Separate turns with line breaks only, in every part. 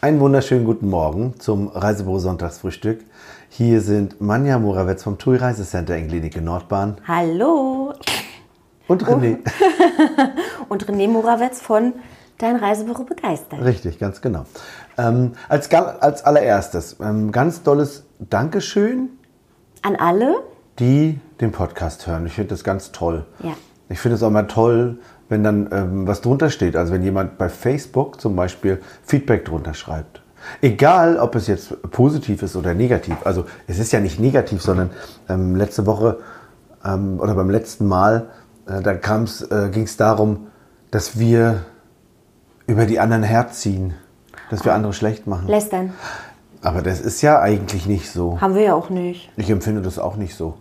Einen wunderschönen guten Morgen zum Reisebüro Sonntagsfrühstück. Hier sind Manja Morawetz vom TUI Reisecenter in Klinike Nordbahn
Hallo
und René.
und René Morawetz von Dein Reisebüro begeistert.
Richtig, ganz genau. Ähm, als, gal- als allererstes ähm, ganz tolles Dankeschön,
An alle?
die den Podcast hören. Ich finde das ganz toll.
Ja.
Ich finde es auch mal toll, wenn dann ähm, was drunter steht. Also wenn jemand bei Facebook zum Beispiel Feedback drunter schreibt. Egal, ob es jetzt positiv ist oder negativ. Also es ist ja nicht negativ, sondern ähm, letzte Woche ähm, oder beim letzten Mal, äh, da kam's, äh, ging es darum, dass wir über die anderen herziehen, dass wir andere schlecht machen.
Lästern.
Aber das ist ja eigentlich nicht so.
Haben wir ja auch nicht.
Ich empfinde das auch nicht so.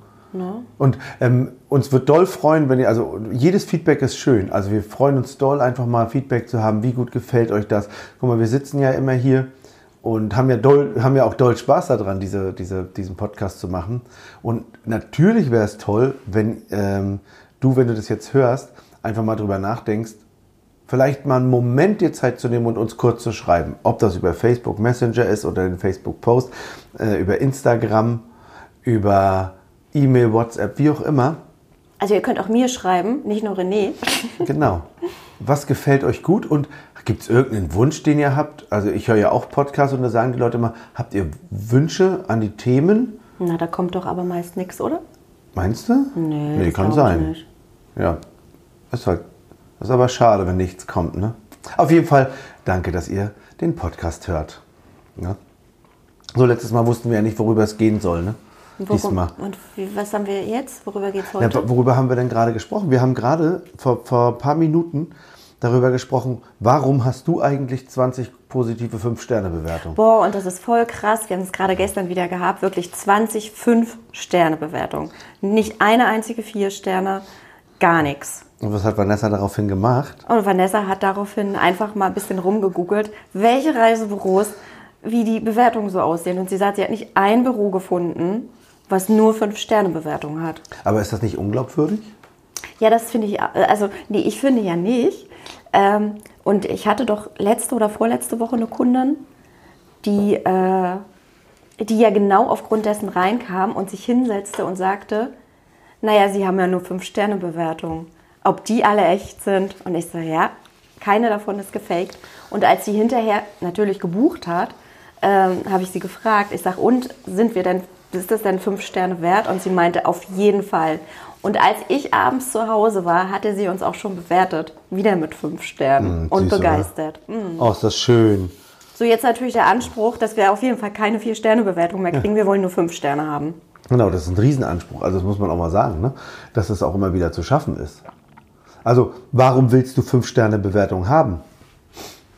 Und ähm, uns wird doll freuen, wenn ihr, also jedes Feedback ist schön. Also wir freuen uns doll, einfach mal Feedback zu haben. Wie gut gefällt euch das? Guck mal, wir sitzen ja immer hier und haben ja, doll, haben ja auch doll Spaß daran, diese, diese, diesen Podcast zu machen. Und natürlich wäre es toll, wenn ähm, du, wenn du das jetzt hörst, einfach mal drüber nachdenkst, vielleicht mal einen Moment dir Zeit zu nehmen und uns kurz zu schreiben. Ob das über Facebook Messenger ist oder den Facebook Post, äh, über Instagram, über E-Mail, WhatsApp, wie auch immer.
Also ihr könnt auch mir schreiben, nicht nur René.
Genau. Was gefällt euch gut und gibt es irgendeinen Wunsch, den ihr habt? Also ich höre ja auch Podcasts und da sagen die Leute immer, habt ihr Wünsche an die Themen?
Na, da kommt doch aber meist nichts, oder?
Meinst du?
Nee,
nee
das
kann
glaub ich
sein.
nicht.
Ja. Ist halt. Ist aber schade, wenn nichts kommt, ne? Auf jeden Fall, danke, dass ihr den Podcast hört. Ja. So, letztes Mal wussten wir ja nicht, worüber es gehen soll, ne?
Worum-
Diesmal.
Und wie, was haben wir jetzt? Worüber geht's
Na,
heute?
w- worüber haben wir denn gerade gesprochen? Wir haben gerade vor, vor ein paar Minuten darüber gesprochen, warum hast du eigentlich 20 positive 5-Sterne-Bewertungen?
Boah, und das ist voll krass. Wir haben es gerade gestern wieder gehabt. Wirklich 20 Fünf-Sterne-Bewertungen. Nicht eine einzige Vier-Sterne. Gar nichts.
Und was hat Vanessa daraufhin gemacht?
Und Vanessa hat daraufhin einfach mal ein bisschen rumgegoogelt, welche Reisebüros, wie die Bewertungen so aussehen. Und sie sagt, sie hat nicht ein Büro gefunden, was nur fünf Sterne Bewertungen hat.
Aber ist das nicht unglaubwürdig?
Ja, das finde ich, also nee, ich finde ja nicht. Ähm, und ich hatte doch letzte oder vorletzte Woche eine Kundin, die, äh, die ja genau aufgrund dessen reinkam und sich hinsetzte und sagte, naja, sie haben ja nur fünf Sterne Bewertungen. Ob die alle echt sind? Und ich so, ja, keine davon ist gefaked. Und als sie hinterher natürlich gebucht hat, ähm, habe ich sie gefragt. Ich sag, und sind wir denn, ist das denn fünf Sterne wert? Und sie meinte, auf jeden Fall. Und als ich abends zu Hause war, hatte sie uns auch schon bewertet. Wieder mit fünf Sternen. und
siehst du, ne?
begeistert. Mhm.
Oh, ist das schön.
So, jetzt natürlich der Anspruch, dass wir auf jeden Fall keine Vier-Sterne-Bewertung mehr kriegen. Wir wollen nur fünf Sterne haben.
Genau, das ist ein Riesenanspruch. Also das muss man auch mal sagen, ne? dass das auch immer wieder zu schaffen ist. Also warum willst du fünf Sterne Bewertung haben?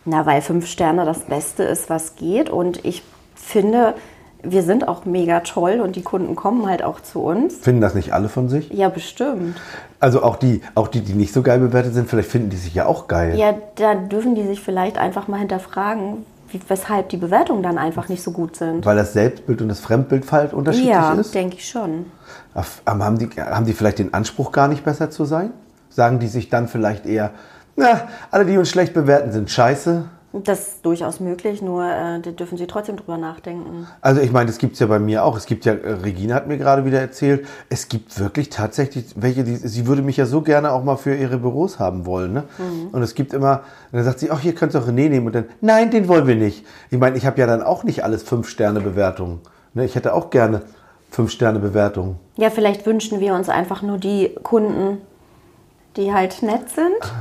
Na, weil fünf Sterne das Beste ist, was geht. Und ich finde, wir sind auch mega toll und die Kunden kommen halt auch zu uns.
Finden das nicht alle von sich?
Ja, bestimmt.
Also auch die, auch die, die nicht so geil bewertet sind, vielleicht finden die sich ja auch geil.
Ja, da dürfen die sich vielleicht einfach mal hinterfragen, wie, weshalb die Bewertungen dann einfach nicht so gut sind.
Weil das Selbstbild und das Fremdbild halt unterschiedlich
Ja,
ist?
denke ich schon.
Auf- aber Haben die, haben die vielleicht den Anspruch, gar nicht besser zu sein? Sagen die sich dann vielleicht eher, na, alle, die uns schlecht bewerten, sind scheiße?
Das ist durchaus möglich, nur äh, da dürfen sie trotzdem drüber nachdenken.
Also ich meine, das gibt es ja bei mir auch. Es gibt ja, äh, Regina hat mir gerade wieder erzählt, es gibt wirklich tatsächlich welche, die, sie würde mich ja so gerne auch mal für ihre Büros haben wollen. Ne? Und es gibt immer, und dann sagt sie, ach, hier könnt ihr auch René nehmen. Und dann, nein, den wollen wir nicht. Ich meine, ich habe ja dann auch nicht alles Fünf-Sterne-Bewertungen. Ne? Ich hätte auch gerne Fünf-Sterne-Bewertungen.
Ja, vielleicht wünschen wir uns einfach nur die Kunden, die halt nett sind.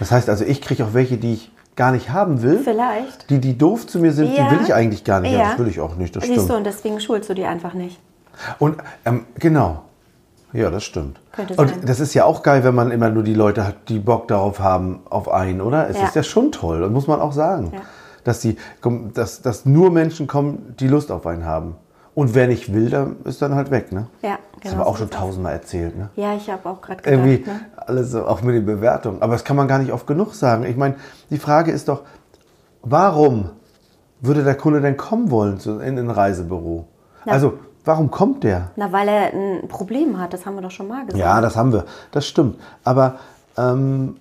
Das heißt also, ich kriege auch welche, die ich gar nicht haben will.
Vielleicht.
Die, die doof zu mir sind,
Ja.
die will ich eigentlich gar nicht. Ja.
Ja.
Das will ich auch nicht, das
Siehst
stimmt.
du, und deswegen schulst du die einfach nicht.
Und ähm, genau. Ja, das stimmt.
Könnte
Und
sein.
das ist ja auch geil, wenn man immer nur die Leute hat, die Bock darauf haben, auf einen, oder? Es
Ja.
ist ja schon toll, das muss man auch sagen.
Ja.
Dass, die, dass, dass nur Menschen kommen, die Lust auf einen haben. Und wer nicht will, dann ist dann halt weg, ne?
Ja,
Das
genau
haben wir auch
so
schon tausendmal erzählt, ne?
Ja, ich habe auch gerade gedacht,
irgendwie
ne?
alles so, auch mit den Bewertungen. Aber das kann man gar nicht oft genug sagen. Ich meine, die Frage ist doch, warum würde der Kunde denn kommen wollen zu, in ein Reisebüro?
Ja.
Also, warum kommt der?
Na, weil er ein Problem hat, das haben wir doch schon mal gesagt.
Ja, das haben wir, das stimmt. Aber ähm,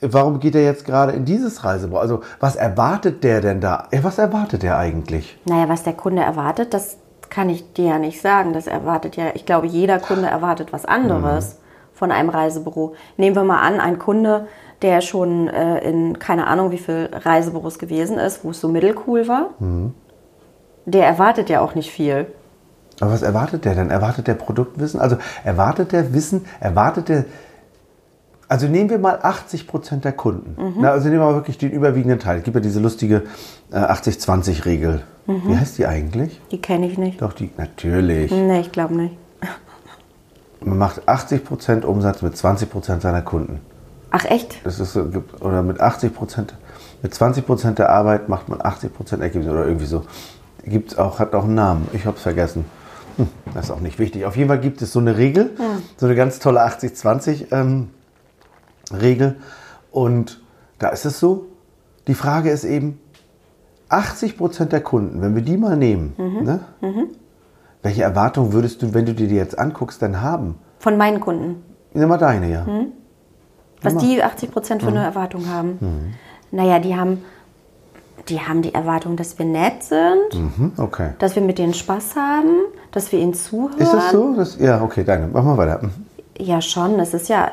warum geht er jetzt gerade in dieses Reisebüro? Also, was erwartet der denn da? Ja, Was erwartet er eigentlich?
Naja, was der Kunde erwartet, das kann ich dir ja nicht sagen. Das erwartet ja, ich glaube, jeder Kunde erwartet was
Mhm.
anderes von einem Reisebüro. Nehmen wir mal an, ein Kunde, der schon äh, in keine Ahnung wie viel Reisebüros gewesen ist, wo es so mittelcool war,
Mhm.
der erwartet ja auch nicht viel.
Aber was erwartet der denn? Erwartet der Produktwissen? Also, erwartet der Wissen? Erwartet der. Also nehmen wir mal 80 Prozent der Kunden. Na, also nehmen wir mal wirklich den überwiegenden Teil. Es gibt ja diese lustige äh, 80-20-Regel. Wie heißt die eigentlich?
Die kenne ich nicht.
Doch, die natürlich.
Nee, ich glaube nicht.
Man macht 80% Umsatz mit 20% seiner Kunden.
Ach echt?
Das ist, so, gibt- oder mit 80%, mit 20% der Arbeit macht man 80% Ergebnis oder irgendwie so. Gibt's auch, hat auch einen Namen. Ich hab's vergessen. Hm, das ist auch nicht wichtig. Auf jeden Fall gibt es so eine Regel, so eine ganz tolle 80-20 ähm, Regel. Und da ist es so. Die Frage ist eben, 80% der Kunden, wenn wir die mal nehmen, ne? welche Erwartung würdest du, wenn du dir die jetzt anguckst, dann haben?
Von meinen Kunden.
Nimm mal deine, ja.
Was die 80 Prozent für eine Erwartung haben.
Mhm.
Naja, die haben, die haben die Erwartung, dass wir nett sind,
Mhm, okay.
dass wir mit denen Spaß haben, dass wir ihnen zuhören.
Ist das so? Das, ja, okay, deine. Mach mal weiter. Mhm.
Ja, schon. Es ist ja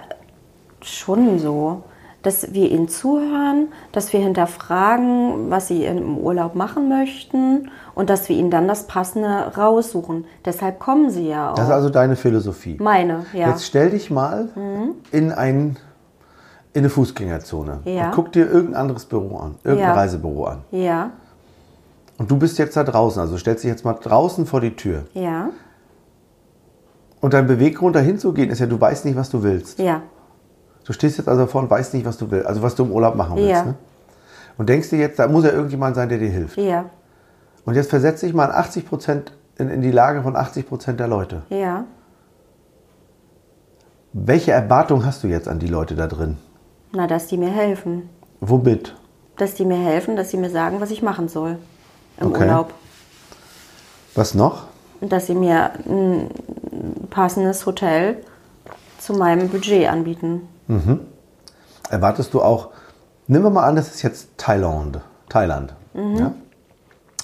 schon so, dass wir ihnen zuhören, dass wir hinterfragen, was sie im Urlaub machen möchten und dass wir ihnen dann das Passende raussuchen. Deshalb kommen sie ja auch.
Das ist also deine Philosophie.
Meine, Oh. ja. Mhm.
Jetzt stell dich mal in, ein, in eine Fußgängerzone
Ja.
und guck dir irgendein anderes Büro an, irgendein
Ja.
Reisebüro an.
ja,
Und du bist jetzt da draußen, also stellst dich jetzt mal draußen vor die Tür.
ja,
Und dein Beweggrund dahin zu gehen ist ja, du weißt nicht, was du willst.
ja.
Du stehst jetzt also davor und weißt nicht, was du willst, also was du im Urlaub machen willst.
Ja.
Ne? Und denkst dir jetzt, da muss ja irgendjemand sein, der dir hilft.
Ja,
Und jetzt versetz dich mal in 80 Prozent in, in die Lage von 80 Prozent der Leute.
ja.
Welche Erwartung hast du jetzt an die Leute da drin?
Na, dass die mir helfen.
Womit?
Dass die mir helfen, dass sie mir sagen, was ich machen soll im
Okay.
Urlaub.
Was noch?
Und dass sie mir ein passendes Hotel zu meinem Budget anbieten.
Erwartest du auch, nehmen wir mal an, das ist jetzt Thailand. Thailand. Ja?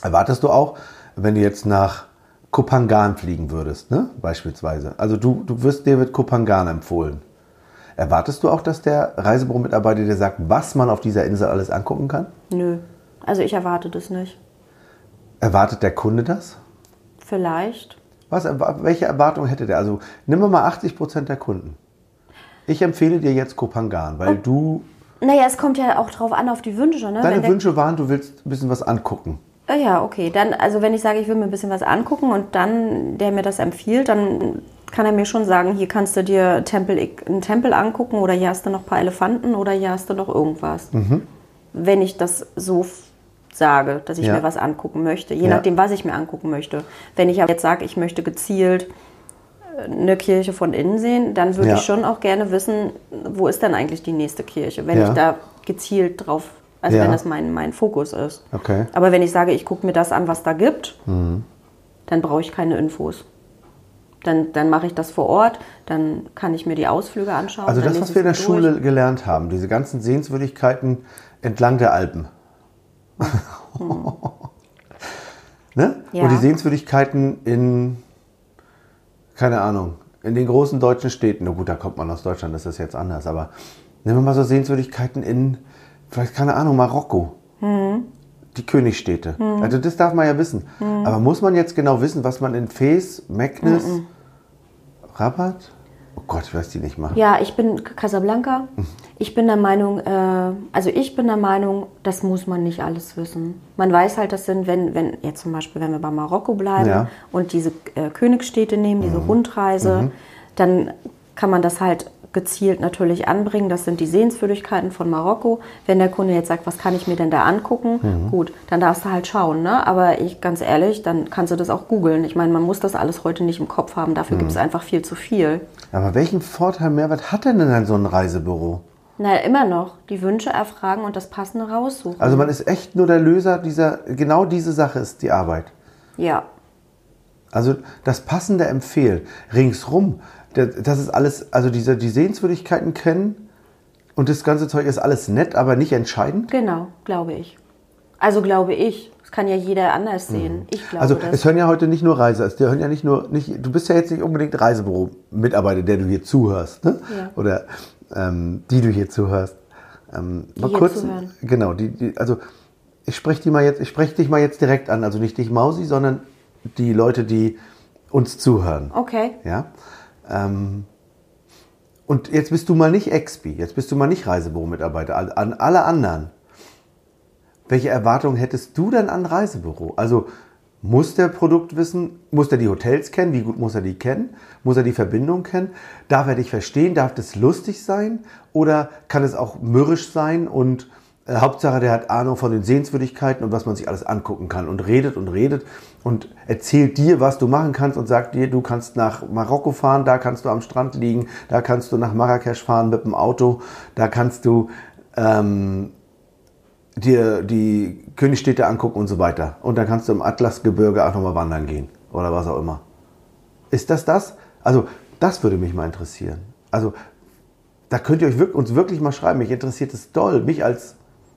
Erwartest du auch, wenn du jetzt nach Kopangan fliegen würdest, ne? beispielsweise. Also du, du wirst dir wird Kopangan empfohlen. Erwartest du auch, dass der Reisebüro-Mitarbeiter dir sagt, was man auf dieser Insel alles angucken kann?
Nö. Also ich erwarte das nicht.
Erwartet der Kunde das?
Vielleicht.
Was, erwa- welche Erwartung hätte der? Also nimm mal 80 Prozent der Kunden. Ich empfehle dir jetzt Kopangan, weil du,
Naja, es kommt ja auch drauf an, auf die Wünsche. Ne? Wenn
deine
der-
Wünsche waren, du willst ein bisschen was angucken.
Ah Ja, okay. Dann, also wenn ich sage, ich will mir ein bisschen was angucken und dann der mir das empfiehlt, dann kann er mir schon sagen, hier kannst du dir Tempel, einen Tempel angucken oder hier hast du noch ein paar Elefanten oder hier hast du noch irgendwas.
Mhm.
Wenn ich das so f- sage, dass ich
Ja.
mir was angucken möchte, je
Ja.
nachdem, was ich mir angucken möchte. Wenn ich aber jetzt sage, ich möchte gezielt äh, eine Kirche von innen sehen, dann würde
Ja.
ich schon auch gerne wissen, wo ist denn eigentlich die nächste Kirche, wenn
Ja.
ich da gezielt drauf, also
Ja.
wenn das mein, mein Fokus ist.
Okay. Mhm.
Aber wenn ich sage, ich gucke mir das an, was da gibt, dann brauche ich keine Infos. Dann, dann mache ich das vor Ort, dann kann ich mir die Ausflüge anschauen.
Also
dann
das,
lese
was wir in der
ich sie durch.
Schule gelernt haben, diese ganzen Sehenswürdigkeiten entlang der Alpen. ne?
Hm. Ja.
Und die Sehenswürdigkeiten in, keine Ahnung, in den großen deutschen Städten. Na gut, da kommt man aus Deutschland, das ist jetzt anders. Aber nehmen wir mal so Sehenswürdigkeiten in, vielleicht, keine Ahnung, Marokko.
Hm.
Die Königstädte. Also das darf man ja wissen. Aber muss man jetzt genau wissen, was man in Fes, Meknes,
Hm,
Rabat? Oh Gott, ich weiß die nicht mal.
Ja, ich bin Casablanca. Ich bin der Meinung, äh, also ich bin der Meinung, das muss man nicht alles wissen. Man weiß halt, das sind, wenn, wenn jetzt zum Beispiel, wenn wir bei Marokko bleiben
Ja.
und diese äh, Königsstädte nehmen, diese Rundreise, dann kann man das halt gezielt natürlich anbringen. Das sind die Sehenswürdigkeiten von Marokko. Wenn der Kunde jetzt sagt, was kann ich mir denn da angucken? Gut, dann darfst du halt schauen. Ne? Aber ich ganz ehrlich, dann kannst du das auch googeln. Ich meine, man muss das alles heute nicht im Kopf haben. Dafür gibt es einfach viel zu viel.
Aber welchen Vorteil, Mehrwert hat denn dann so ein Reisebüro?
Na, immer noch. Die Wünsche erfragen und das Passende raussuchen.
Also man ist echt nur der Löser dieser, genau diese Sache ist die Arbeit.
ja.
Also das Passende empfehlen, ringsrum, das das ist alles, also diese, die Sehenswürdigkeiten kennen, Und das ganze Zeug ist alles nett, aber nicht entscheidend?
Genau, glaube ich. Also glaube ich. Das kann ja jeder anders sehen. Ich glaube
also
das.
es hören ja heute nicht nur Reiser, es hören ja nicht nur, nicht, du bist ja jetzt nicht unbedingt Reisebüro-Mitarbeiter, der du hier zuhörst, ne?
Ja.
Oder ähm, die du hier zuhörst. Ähm, mal
hier
kurz,
zuhören.
genau, die, die, also ich spreche die mal jetzt, ich spreche dich mal jetzt direkt an, also nicht dich Mausi, sondern die Leute, die uns zuhören.
okay.
Ja. Ähm, und jetzt bist du mal nicht Expi, jetzt bist du mal nicht Reisebüro-Mitarbeiter. An, an alle anderen. Welche Erwartungen hättest du denn an Reisebüro? Also muss der Produkt wissen, muss er die Hotels kennen, wie gut muss er die kennen, muss er die Verbindung kennen, darf er dich verstehen, darf das lustig sein oder kann es auch mürrisch sein und äh, Hauptsache der hat Ahnung von den Sehenswürdigkeiten und was man sich alles angucken kann und redet und redet und erzählt dir, was du machen kannst und sagt dir, du kannst nach Marokko fahren, da kannst du am Strand liegen, da kannst du nach Marrakesch fahren mit dem Auto, da kannst du dir die Königstädte angucken und so weiter. Und dann kannst du im Atlasgebirge auch nochmal wandern gehen oder was auch immer. Ist das das? Also, das würde mich mal interessieren. Also, da könnt ihr euch wirk- uns wirklich mal schreiben. Mich interessiert es doll. Mich als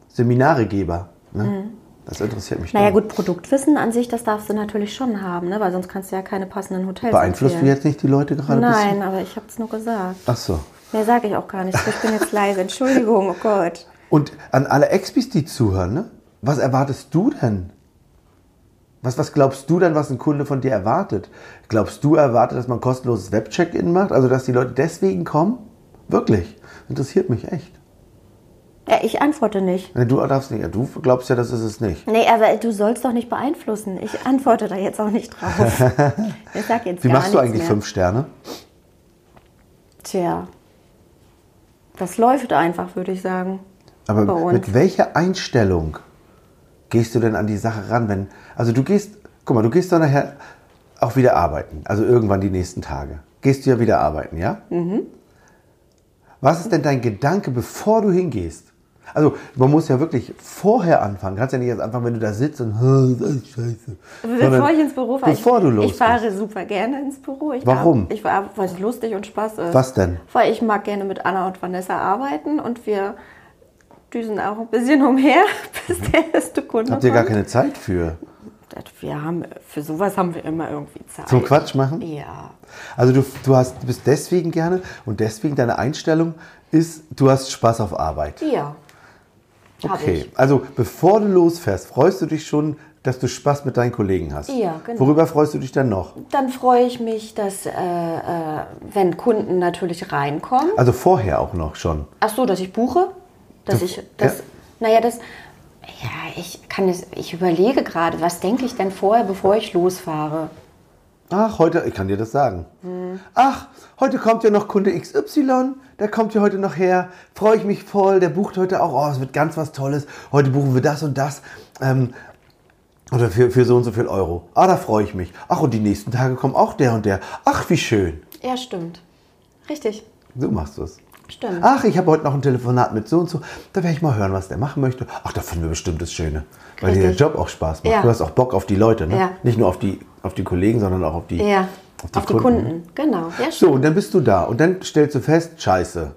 Seminaregeber. Ne? Das interessiert mich
Mhm. Naja
doll.
gut, Produktwissen an sich, das darfst du natürlich schon haben, ne? weil sonst kannst du ja keine passenden Hotels
Beeinflusst du
empfehlen.
jetzt nicht die Leute gerade? ein bisschen?
Nein, aber ich habe es nur gesagt.
Ach so.
Mehr sage ich auch gar nicht. Ich bin jetzt leise. Entschuldigung, oh Gott.
Und an alle Expis, die zuhören, ne? was erwartest du denn? Was, was glaubst du denn, was ein Kunde von dir erwartet? Glaubst du, er erwartet, dass man kostenloses Web-Check-In macht? Also, dass die Leute deswegen kommen? Wirklich? Interessiert mich echt.
Ja, ich antworte nicht.
Ne, Du darfst nicht. Du glaubst ja, das ist es nicht.
Nee, aber du sollst doch nicht beeinflussen. Ich antworte da jetzt auch nicht drauf. Ich sag jetzt
Wie
gar
machst du
nichts
eigentlich
mehr.
fünf Sterne?
Tja, das läuft einfach, würde ich sagen.
Aber
Bei uns.
mit welcher Einstellung gehst du denn an die Sache ran, wenn. Also du gehst, guck mal, du gehst dann nachher auch wieder arbeiten. Also irgendwann die nächsten Tage. Gehst du ja wieder arbeiten, ja?
Mhm.
Was ist denn dein Gedanke, bevor du hingehst? Also man muss ja wirklich vorher anfangen. Kannst ja nicht erst anfangen, wenn du da sitzt und "Hä, das ist scheiße. Sondern
Also, Bevor ich ins Büro fahre,
Bevor
ich,
du los
ich fahre super gerne ins Büro. Ich
Warum?
War, ich war, weil es lustig und Spaß ist.
Was denn?
Weil ich mag gerne mit Anna und Vanessa arbeiten und wir düsen auch ein bisschen umher, bis der erste Kunde
Habt ihr gar
kommt.
keine Zeit für
Das- Wir haben, für sowas haben wir immer irgendwie Zeit.
zum Quatsch machen?
Ja.
Also du, du hast, du bist deswegen gerne und deswegen deine Einstellung ist, du hast Spaß auf Arbeit.
Ja. Hab
Okay,
ich.
also bevor du losfährst, freust du dich schon, dass du Spaß mit deinen Kollegen hast.
Ja, genau.
Worüber freust du dich dann noch?
Dann freue ich mich, dass, äh, äh, wenn Kunden natürlich reinkommen,
Also vorher auch noch schon.
Ach so, dass ich buche? Dass
Du-
ich das.
ja.
Naja, das. Ja, ich kann es. Ich überlege gerade, was denke ich denn vorher, bevor ich losfahre?
Ach, heute, ich kann dir das sagen. Ach, heute kommt ja noch Kunde XY, der kommt ja heute noch her, freue ich mich voll, der bucht heute auch, oh, es wird ganz was Tolles, heute buchen wir das und das. Ähm, oder für, für so und so viel Euro. Ah, da freue ich mich. Ach, und die nächsten Tage kommen auch der und der. Ach, wie schön.
Ja, stimmt. Richtig.
So machst du es.
Stimmt.
Ach, ich habe heute noch ein Telefonat mit so und so. Da werde ich mal hören, was der machen möchte. Ach, da finden wir bestimmt das Schöne. Weil dir der
Richtig.
Job auch Spaß macht.
Ja.
Du hast auch Bock auf die Leute, ne?
Ja.
Nicht nur auf die, auf die Kollegen, sondern auch auf die,
ja.
auf die
Auf die
Kunden.
Kunden. Genau. Ja,
So,
stimmt.
und dann bist du da. Und dann stellst du fest, scheiße.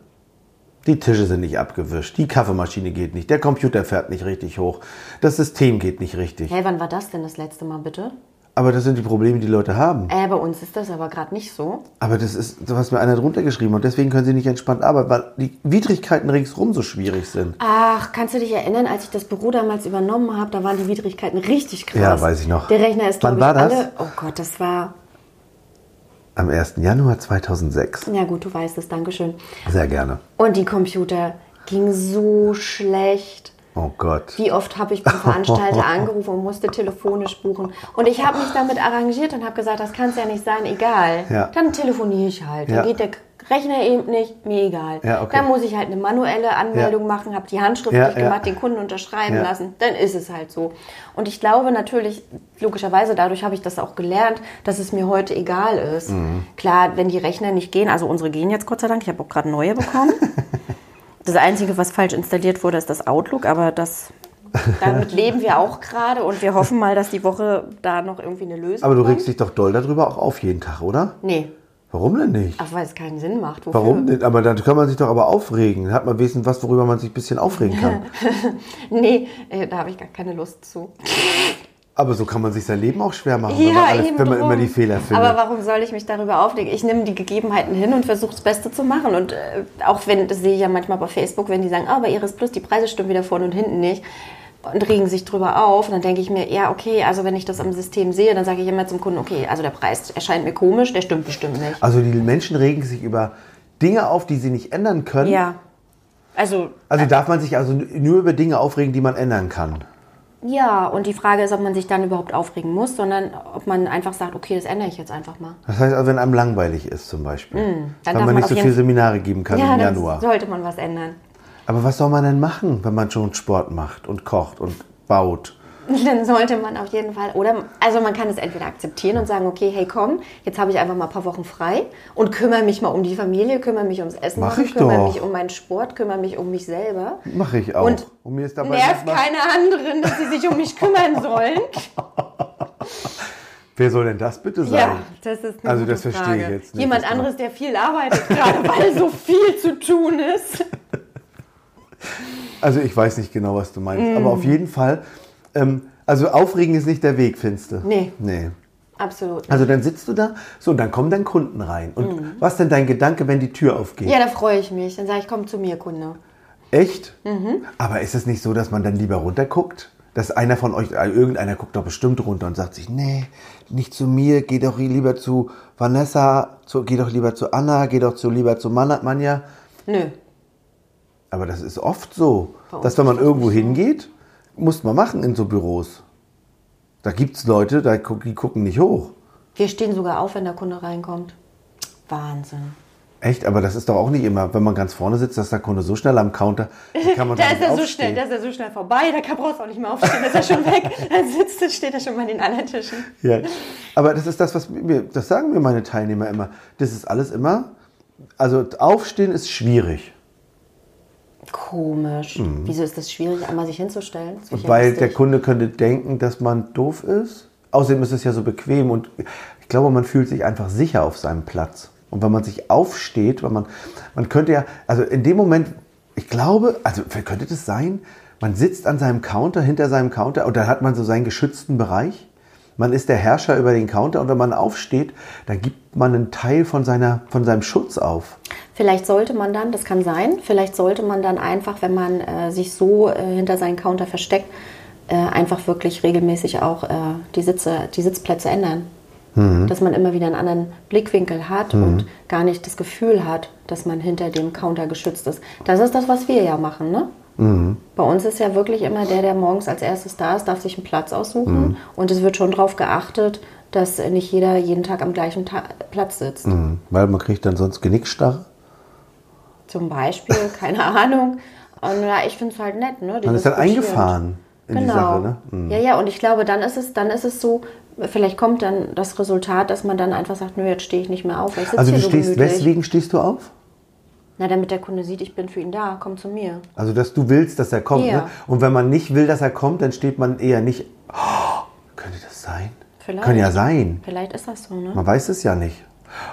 Die Tische sind nicht abgewischt, die Kaffeemaschine geht nicht, der Computer fährt nicht richtig hoch, das System geht nicht richtig.
Hey, wann war das denn das letzte Mal bitte?
Aber das sind die Probleme, die Leute haben.
Äh, bei uns ist das aber gerade nicht so.
Aber das ist, was mir einer drunter geschrieben hat, deswegen können sie nicht entspannt arbeiten, weil die Widrigkeiten ringsrum so schwierig sind.
Ach, kannst du dich erinnern, als ich das Büro damals übernommen habe, da waren die Widrigkeiten richtig krass.
Ja, weiß ich noch.
Der Rechner ist,
Wann
glaube ich,
war das?
alle. Oh Gott, das war.
Am 1. Januar 2006.
Ja gut, du weißt es, Dankeschön.
Sehr gerne.
Und die Computer ging so schlecht.
Oh Gott.
Wie oft habe ich beim Veranstalter angerufen und musste telefonisch buchen. Und ich habe mich damit arrangiert und habe gesagt, das kann es ja nicht sein, egal.
Ja.
Dann telefoniere ich halt.
Ja.
Dann geht der Rechner eben nicht, mir egal.
Ja, okay.
Dann muss ich halt eine manuelle Anmeldung
Ja.
machen, habe die handschriftlich
Ja, ja.
gemacht, den Kunden unterschreiben
Ja.
lassen. Dann ist es halt so. Und ich glaube natürlich, logischerweise, dadurch habe ich das auch gelernt, dass es mir heute egal ist.
Mhm.
Klar, wenn die Rechner nicht gehen, also unsere gehen jetzt Gott sei Dank, ich habe auch gerade neue bekommen. Das Einzige, was falsch installiert wurde, ist das Outlook, aber das, damit leben wir auch gerade und wir hoffen mal, dass die Woche da noch irgendwie eine Lösung
Aber du
kommt.
regst dich doch doll darüber auch auf jeden Tag, oder?
Nee.
Warum denn nicht?
Ach, weil es keinen Sinn macht. Wofür?
Warum denn? Aber dann kann man sich doch aber aufregen. Dann hat man wenigstens was, worüber man sich ein bisschen aufregen kann.
Nee, äh, da habe ich gar keine Lust zu.
Aber so kann man sich sein Leben auch schwer machen, wenn man, alles, wenn man
drum.
immer die Fehler findet.
Aber warum soll ich mich darüber aufregen? Ich nehme die Gegebenheiten hin und versuche das Beste zu machen. Und äh, auch wenn, das sehe ich ja manchmal bei Facebook, wenn die sagen, ah, bei Iris Plus, die Preise stimmen wieder vorne und hinten nicht. Und regen sich drüber auf. Und dann denke ich mir, ja, okay, also wenn ich das am System sehe, dann sage ich immer zum Kunden, okay, also der Preis erscheint mir komisch, der stimmt bestimmt nicht.
also die Menschen regen sich über Dinge auf, die sie nicht ändern können.
Ja. Also,
Also darf man sich also nur über Dinge aufregen, die man ändern kann.
ja, und die Frage ist, ob man sich dann überhaupt aufregen muss, sondern ob man einfach sagt, okay, das ändere ich jetzt einfach mal.
Das heißt also, wenn einem langweilig ist zum Beispiel,
Mhm. dann
weil
darf
man,
man
nicht
auf
so
jeden-
viele Seminare geben kann
Ja,
im
dann
Januar.
sollte man was ändern.
Aber was soll man denn machen, wenn man schon Sport macht und kocht und baut?
Dann sollte man auf jeden Fall, oder? Also man kann es entweder akzeptieren und sagen, okay, hey komm, jetzt habe ich einfach mal ein paar Wochen frei und kümmere mich mal um die Familie, kümmere mich ums Essen,
Mach
machen,
ich
kümmere
doch.
mich um meinen Sport, kümmere mich um mich selber.
Mache ich auch.
Und
mir ist dabei
Nerv
nicht mal-
keine anderen, dass sie sich um mich kümmern sollen.
Wer soll denn das bitte sein?
Ja, das ist eine
Also
gute
das verstehe
Frage.
ich jetzt nicht.
Jemand
Das
anderes, der viel arbeitet, gerade weil so viel zu tun ist.
Also ich weiß nicht genau, was du meinst, aber
Mm.
auf jeden Fall, ähm, also aufregen ist nicht der Weg, findest du?
Nee.
Nee.
Absolut.
Also dann sitzt du da, so, und dann kommen dann Kunden rein. Und
Mm.
was denn dein Gedanke, wenn die Tür aufgeht?
Ja, da freue ich mich. Dann sage ich, komm zu mir, Kunde.
Echt?
Mhm.
Aber ist es nicht so, dass man dann lieber runterguckt? Dass einer von euch, äh, irgendeiner guckt doch bestimmt runter und sagt sich, nee, nicht zu mir, geh doch lieber zu Vanessa, zu, geh doch lieber zu Anna, geh doch zu, lieber zu Man- Manja.
Nö.
Aber das ist oft so,
Bei uns
dass wenn man
ist das
irgendwo
nicht so.
hingeht, muss man machen in so Büros. Da gibt es Leute, da, gu- die gucken nicht hoch.
Wir stehen sogar auf, wenn der Kunde reinkommt. Wahnsinn.
Echt, aber das ist doch auch nicht immer, wenn man ganz vorne sitzt, dass der Kunde so schnell am Counter, da kann man
Da
doch
ist
nicht
er so
aufstehen.
schnell, da ist er so schnell vorbei, da kann- brauchst du auch nicht mehr aufstehen, da ist er schon weg. Dann sitzt er, steht er schon bei den anderen Tischen.
Ja. Aber das ist das, was mir, das sagen mir meine Teilnehmer immer. Das ist alles immer, also aufstehen ist schwierig,
Komisch. Wieso ist das schwierig, einmal sich hinzustellen? Das find ich ja
Mhm. weil der
lustig.
Kunde könnte denken, dass man doof ist. Außerdem ist es ja so bequem und ich glaube, man fühlt sich einfach sicher auf seinem Platz. Und wenn man sich aufsteht, wenn man, man könnte ja, also in dem Moment, ich glaube, also könnte das sein, man sitzt an seinem Counter, hinter seinem Counter und dann hat man so seinen geschützten Bereich. Man ist der Herrscher über den Counter und wenn man aufsteht, dann gibt man einen Teil von, seiner, von seinem Schutz auf.
Vielleicht sollte man dann, das kann sein, vielleicht sollte man dann einfach, wenn man äh, sich so äh, hinter seinen Counter versteckt, äh, einfach wirklich regelmäßig auch äh, die, Sitze, die Sitzplätze ändern. Dass man immer wieder einen anderen Blickwinkel hat und gar nicht das Gefühl hat, dass man hinter dem Counter geschützt ist. Das ist das, was wir ja machen, ne? Bei uns ist ja wirklich immer der, der morgens als erstes da ist, darf sich einen Platz aussuchen. Und es wird schon darauf geachtet, dass äh, nicht jeder jeden Tag am gleichen Ta Platz sitzt.
Hm, Weil man kriegt dann sonst Genickstarre.
Zum Beispiel, keine Ahnung. Und ja, ich finde es halt nett, ne?
Man
dieses
ist dann
Kutschieren.
eingefahren in
genau.
die Sache. Ne? Hm.
Ja, ja, und ich glaube, dann ist es, dann ist es so, vielleicht kommt dann das Resultat, dass man dann einfach sagt, nö, jetzt stehe ich nicht mehr auf, weil ich sitze
Also
hier
du
so
stehst,
gemütlich.
weswegen stehst du auf?
Na, damit der Kunde sieht, ich bin für ihn da, komm zu mir.
Also, dass du willst, dass er kommt.
Ja.
Ne? Und wenn man nicht will, dass er kommt, dann steht man eher nicht. Oh, könnte das sein?
Vielleicht.
Kann ja sein.
Vielleicht ist das so, ne?
Man weiß es ja nicht.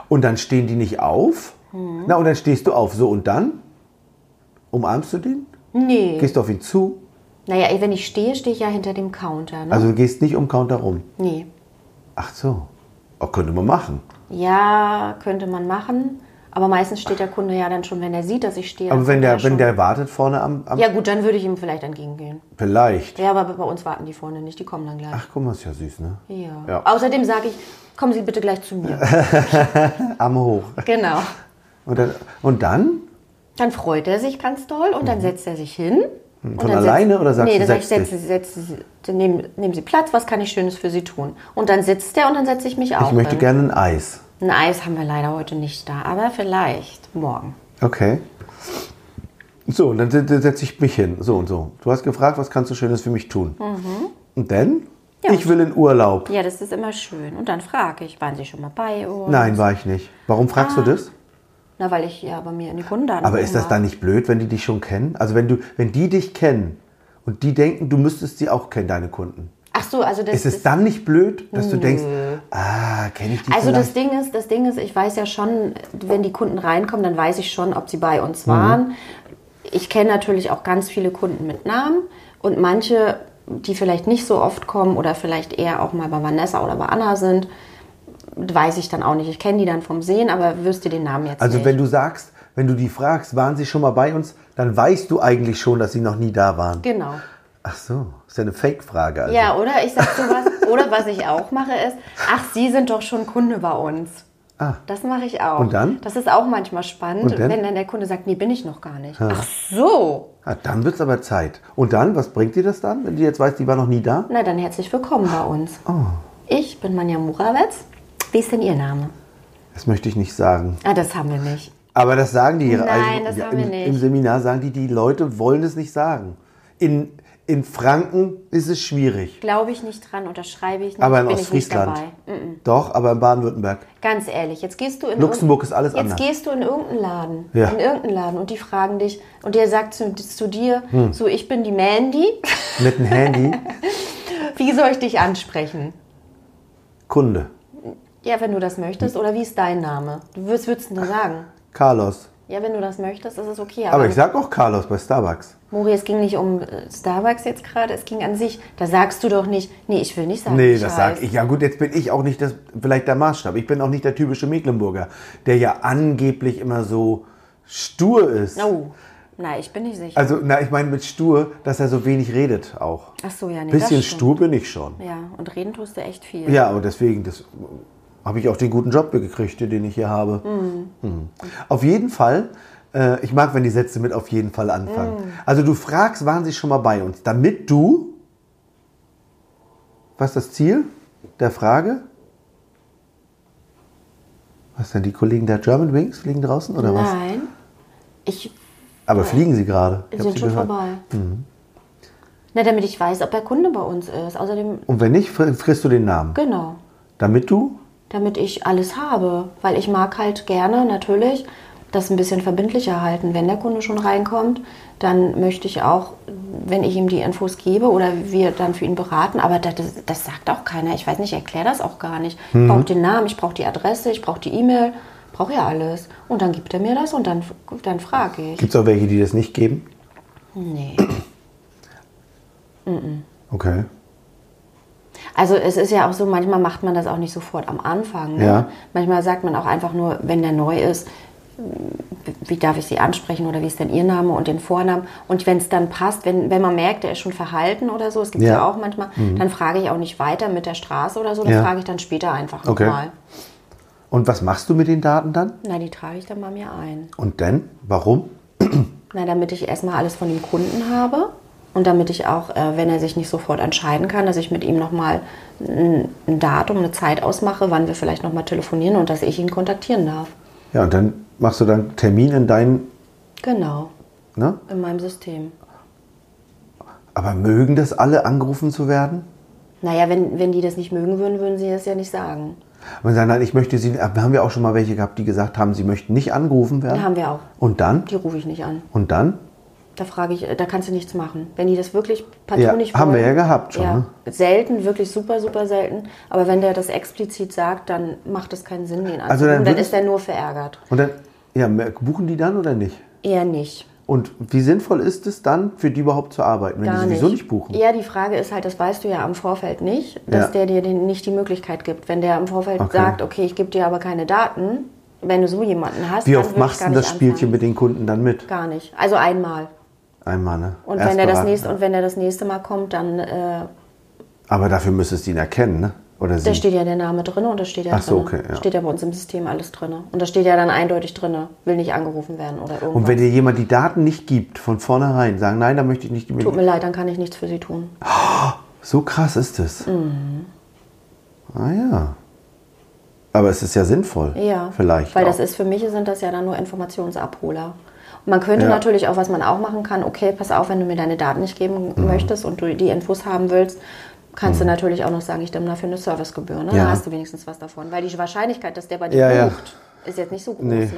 Und dann stehen die nicht auf.
Mhm.
Na, und dann stehst du auf. So, und dann? Umarmst du den?
Nee.
Gehst du auf ihn zu?
Naja, ey, wenn ich stehe, stehe ich ja hinter dem Counter, ne?
Also, du gehst nicht um Counter rum.
nee.
Ach so. Oh, könnte man machen.
Ja, könnte man machen. Aber meistens steht der Kunde ja dann schon, wenn er sieht, dass ich stehe.
Aber
dann
wenn
kommt er
der, wenn
schon.
der wartet vorne am. am
Ja, gut, dann würde ich ihm vielleicht entgegengehen.
Vielleicht.
Ja, aber bei uns warten die vorne nicht, die kommen dann gleich.
Ach, guck mal, ist ja süß, ne?
Ja.
Ja.
Außerdem sage ich, kommen Sie bitte gleich zu mir.
Arme hoch.
genau.
Und dann? Und dann?
Dann freut er sich ganz doll und dann setzt er sich hin. Und dann
Mhm. alleine oder sagst
nee,
du,
dann sag ich,
setz
setz, setz, dann nehmen, nehmen Sie Platz, was kann ich Schönes für Sie tun? Und dann sitzt er und dann setze ich mich auch
Ich möchte
hin.
gerne ein Eis.
Ein Eis haben wir leider heute nicht da, aber vielleicht morgen.
Okay. So, und dann se- se- setze ich mich hin. So und so. Du hast gefragt, was kannst du Schönes für mich tun? Und dann?
Mhm. Ja.
Ich will in Urlaub.
Ja, das ist immer schön. Und dann frage ich, waren Sie schon mal bei uns?
Nein, war ich nicht. Warum fragst
Ah.
du das?
Na, weil ich ja bei mir in die Kundendaten
Aber ist das
war.
dann nicht blöd, wenn die dich schon kennen? Also wenn du, wenn die dich kennen und die denken, du müsstest sie auch kennen, deine Kunden.
Ach so, also das
ist es
das-
dann nicht blöd, dass du denkst, ah, kenne ich die
Also das
vielleicht?
Ding ist, das Ding ist, ich weiß ja schon, wenn die Kunden reinkommen, dann weiß ich schon, ob sie bei uns
Mhm.
waren. Ich kenne natürlich auch ganz viele Kunden mit Namen und manche, die vielleicht nicht so oft kommen oder vielleicht eher auch mal bei Vanessa oder bei Anna sind, weiß ich dann auch nicht. Ich kenne die dann vom Sehen, aber wüsste den Namen jetzt
also
nicht.
wenn du sagst, wenn du die fragst, waren sie schon mal bei uns, dann weißt du eigentlich schon, dass sie noch nie da waren.
genau.
Ach so, ist ja eine Fake-Frage. Also.
Ja, oder ich sag sowas, oder was ich auch mache ist, ach, Sie sind doch schon Kunde bei uns.
Ah.
Das mache ich auch.
Und dann?
Das ist auch manchmal spannend,
Und dann?
wenn dann der Kunde sagt, nee, bin ich noch gar nicht. Ach so.
Ah, dann wird es aber Zeit. Und dann, was bringt dir das dann, wenn du jetzt weißt, die war noch nie da?
Na dann herzlich willkommen bei uns.
Oh.
Ich bin Manja Murawetz. Wie ist denn Ihr Name?
Das möchte ich nicht sagen.
Ah, das haben wir nicht.
Aber das sagen die. also,
Nein, das haben
im,
wir nicht.
Im Seminar sagen die, die Leute wollen es nicht sagen. In, in Franken ist es schwierig.
Glaube ich nicht dran, unterschreibe ich nicht.
Aber in
bin
Ostfriesland.
Ich nicht dabei.
Doch, aber in Baden-Württemberg.
Ganz ehrlich, jetzt gehst du in
Luxemburg
irgendein-
ist alles
jetzt
anders.
gehst du in irgendeinen Laden,
Ja.
in irgendeinen Laden und die fragen dich und der sagt zu, zu dir,
Hm.
so ich bin die Mandy,
Mit dem Handy,
wie soll ich dich ansprechen?
Kunde.
Ja, wenn du das möchtest oder wie ist dein Name? Du würdest, würdest du nur sagen.
Carlos.
Ja, wenn du das möchtest, ist es okay.
Aber ich sag auch Carlos bei Starbucks.
Mori, es ging nicht um äh, Starbucks jetzt gerade, es ging an sich. Da sagst du doch nicht, nee, ich will nicht sagen.
Nee,
wie
das sag
heiß.
ich. Ja gut, jetzt bin ich auch nicht das, vielleicht der Maßstab. Ich bin auch nicht der typische Mecklenburger, der ja angeblich immer so stur ist.
Oh, nein, ich bin nicht sicher.
Also, na, ich meine mit stur, dass er so wenig redet auch.
Ach so, ja, nee, das
Bisschen
stimmt.
stur bin ich schon.
Ja, und reden tust du echt viel.
Ja, und deswegen, das habe ich auch den guten Job gekriegt, den ich hier habe. Mhm. Auf jeden Fall, äh, ich mag, wenn die Sätze mit auf jeden Fall anfangen.
Mhm.
Also du fragst, waren sie schon mal bei uns, damit du, was ist das Ziel der Frage? Was denn, die Kollegen der German Wings fliegen draußen oder was?
Nein, ich
Aber fliegen sie gerade? Ich
Wir
hab
sind
sie
schon
gehört. Mhm.
vorbei. Na, damit ich weiß, ob der Kunde bei uns ist. Außerdem,
Und wenn nicht, fr- frisst du den Namen.
genau,
Damit du,
damit ich alles habe. Weil ich mag halt gerne natürlich das ein bisschen verbindlicher halten. Wenn der Kunde schon reinkommt, dann möchte ich auch, wenn ich ihm die Infos gebe oder wir dann für ihn beraten, aber das, das sagt auch keiner. Ich weiß nicht, ich erkläre das auch gar nicht. Ich brauche den Namen, ich brauche die Adresse, ich brauche die E-Mail, brauche ja alles. Und dann gibt er mir das und dann, dann frage ich.
gibt es auch welche, die das nicht geben?
Nee.
Okay.
Also es ist ja auch so, manchmal macht man das auch nicht sofort am Anfang. Ne?
Ja.
Manchmal sagt man auch einfach nur, wenn der neu ist, wie darf ich sie ansprechen oder wie ist denn ihr Name und den Vornamen. Und wenn es dann passt, wenn, wenn man merkt, der ist schon verhalten oder so, es gibt ja,
Ja. Mhm.
auch manchmal, dann frage ich auch nicht weiter mit der Straße oder so, das
Ja.
frage ich dann später einfach
Okay.
nochmal.
Und was machst du mit den Daten dann?
Na, die trage ich dann bei mir ein.
Und dann? Warum?
Na, damit ich erstmal alles von dem Kunden habe und damit ich auch, äh, wenn er sich nicht sofort entscheiden kann, dass ich mit ihm nochmal ein, ein Datum, eine Zeit ausmache, wann wir vielleicht nochmal telefonieren und dass ich ihn kontaktieren darf.
Ja, und dann machst du dann Termin in deinen,
Genau,
ne?
in meinem System.
Aber mögen das alle, angerufen zu werden?
Naja, wenn, wenn die das nicht mögen würden, würden sie es ja nicht sagen.
Und sagen, nein, ich möchte sie, aber haben wir auch schon mal welche gehabt, die gesagt haben, sie möchten nicht angerufen werden?
Ja, haben wir auch.
Und dann?
Die rufe ich nicht an.
Und dann?
Da frage ich, äh, da kannst du nichts machen. Wenn die das wirklich partout
Ja,
nicht
haben wir
wollen-
ja gehabt schon, ne?
Selten, wirklich super, super selten. Aber wenn der das explizit sagt, dann macht es keinen Sinn, den anzurufen.
Also dann
dann
würdest-
ist der nur verärgert.
Und dann, ja, mer- buchen die dann oder nicht?
Eher nicht.
Und wie sinnvoll ist es dann, für die überhaupt zu arbeiten, wenn
Gar
die
nicht.
sowieso nicht buchen?
Ja, die Frage ist halt, das weißt du ja am Vorfeld nicht,
Ja.
dass der dir den nicht die Möglichkeit gibt. Wenn der im Vorfeld
Okay.
sagt, okay, ich gebe dir aber keine Daten, wenn du so jemanden hast,
Wie
dann
oft
würde ich
machst du
gar
denn
nicht
das Spielchen
anfangen.
mit den Kunden dann mit?
Gar nicht. Also einmal.
Einmal, ne?
Und
Erst
wenn er das
beraten.
nächste und wenn er das nächste Mal kommt, dann äh,
Aber dafür müsstest du ihn erkennen, ne? Oder sie?
da steht ja der Name drin und da steht ja
Ach so, okay,
drinne.
ja.
steht ja bei uns im System alles drin. Und da steht ja dann eindeutig drin, will nicht angerufen werden oder irgendwas.
Und wenn dir jemand die Daten nicht gibt, von vornherein, sagen, nein, da möchte ich nicht.
Tut mir leid, dann kann ich nichts für sie tun.
So krass ist es.
Mhm.
Ah ja. Aber es ist ja sinnvoll.
Ja,
Vielleicht.
Weil
auch.
das ist für mich sind das ja dann nur Informationsabholer. Und man könnte
Ja.
natürlich auch, was man auch machen kann, okay, pass auf, wenn du mir deine Daten nicht geben
Mhm.
möchtest und du die Infos haben willst, kannst du natürlich auch noch sagen, ich nehme dafür eine Servicegebühr. Ne?
Ja.
Dann hast du wenigstens was davon. Weil die Wahrscheinlichkeit, dass der bei dir
Ja, ja.
bucht, ist jetzt nicht so groß.
Nee.
Ne?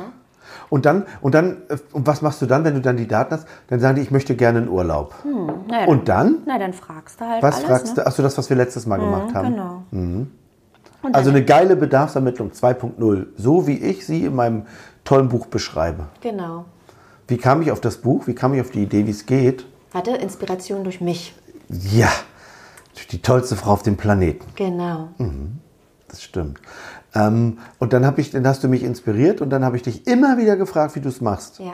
Und dann, und dann, äh, und was machst du dann, wenn du dann die Daten hast? Dann sagen die, ich möchte gerne in Urlaub.
Hm.
Naja,
Und dann?
Na, dann fragst du halt
Was
alles.
fragst halt
ne?
du? Achso, das, was wir letztes
Hm,
Mal gemacht haben.
Genau. Und
Also
dann,
eine geile Bedarfsermittlung 2.0, so wie ich sie in meinem tollen Buch beschreibe.
Genau.
Wie kam ich auf das Buch? Wie kam ich auf die Idee, wie es geht?
Hatte Inspiration durch mich.
Ja, die tollste Frau auf dem Planeten.
Genau.
Mhm. Das stimmt. Ähm, und dann, hab ich, dann hast du mich inspiriert und dann habe ich dich immer wieder gefragt, wie du es machst.
Ja,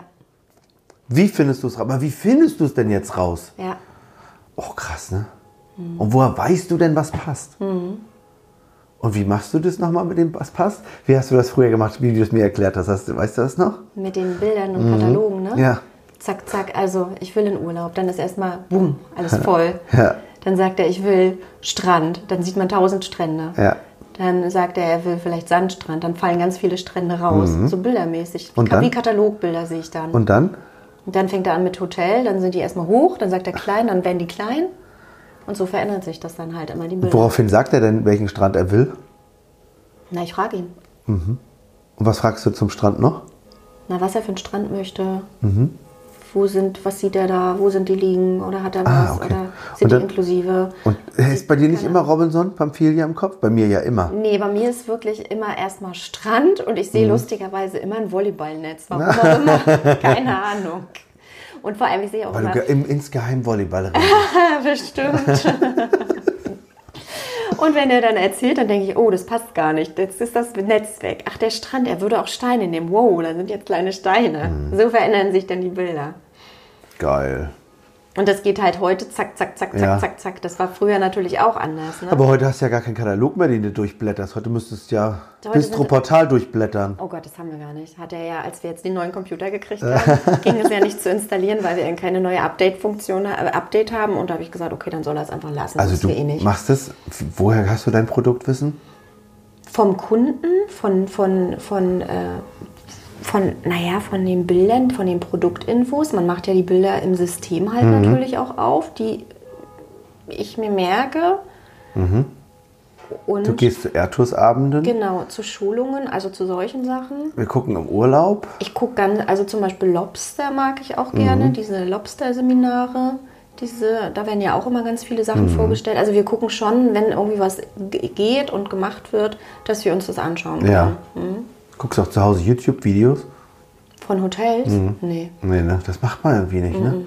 Wie findest du es raus? Aber wie findest du es denn jetzt raus?
ja.
Oh, krass, ne? Und woher weißt du denn, was passt? Und wie machst du das nochmal mit dem, was passt? Wie hast du das früher gemacht, wie du es mir erklärt hast? hast du, weißt du das noch?
Mit den Bildern und Katalogen, ne?
Mhm. Ja.
Zack, zack, also ich will in Urlaub. Dann ist erstmal, boom, alles voll.
Ja.
Dann sagt er, ich will Strand. Dann sieht man tausend Strände.
Ja.
Dann sagt er, er will vielleicht Sandstrand. Dann fallen ganz viele Strände raus. So bildermäßig.
Mhm. Und dann?
Wie Katalogbilder sehe ich dann.
Und dann?
Und dann fängt er an mit Hotel. Dann sind die erstmal hoch. Dann sagt er klein. Dann werden die klein. Und so verändert sich das dann halt immer, die Bilder.
Woraufhin sagt er denn, welchen Strand er will?
Na, ich frage ihn.
Und was fragst du zum Strand noch?
Na, was er für einen Strand möchte.
Mhm.
Wo sind, was sieht er da, wo sind die Liegen oder hat er was
Ah, okay.
oder
Und
sind
dann-
die inklusive?
Und äh, ist bei dir nicht immer Robinson, Pamphilia im Kopf? Bei mir ja immer.
Nee, bei mir ist wirklich immer erstmal Strand und ich sehe
Mhm.
lustigerweise immer ein Volleyballnetz. Warum auch immer, keine Ahnung. Und vor allem, ich sehe auch
Weil
immer,
du ge- im, insgeheim Volleyballerin
Ja, bestimmt. Und wenn er dann erzählt, dann denke ich, oh, das passt gar nicht. Jetzt ist das Netz weg. Ach, der Strand, er würde auch Steine nehmen. Wow, da sind jetzt kleine Steine.
Mhm.
So verändern sich dann die Bilder.
bist. Geil.
Und das geht halt heute zack, zack, zack, zack,
Ja.
zack, zack. Das war früher natürlich auch anders. Ne?
Aber heute hast du ja gar keinen Katalog mehr, den du durchblätterst. Heute müsstest du ja
Heute sind-
Bistro Portal durchblättern.
oh Gott, das haben wir gar nicht. Hat er ja, als wir jetzt den neuen Computer gekriegt haben, ging es ja nicht zu installieren, weil wir eben keine neue Update-Funktion, äh, Update haben. Und da habe ich gesagt, okay, dann soll er es einfach lassen.
Also
das
du
wir eh nicht.
machst es. Woher hast du dein Produktwissen?
vom Kunden, von, von, von, äh, von, naja, von den Bildern, von den Produktinfos. Man macht ja die Bilder im System halt
Mhm.
natürlich auch auf, die ich mir merke. Und
Mhm. Du gehst zu Ertus-Abenden.
genau, zu Schulungen, also zu solchen Sachen.
Wir gucken im Urlaub.
Ich gucke ganz, also zum Beispiel Lobster mag ich auch gerne,
Mhm.
diese Lobster-Seminare. Diese, da werden ja auch immer ganz viele
Mhm.
Sachen vorgestellt. Also wir gucken schon, wenn irgendwie was ge- geht und gemacht wird, dass wir uns das anschauen können.
Ja.
hm.
Guckst auch zu Hause YouTube-Videos?
Von Hotels? Nee.
Nee, ne? Das macht man irgendwie nicht,
Hm,
ne?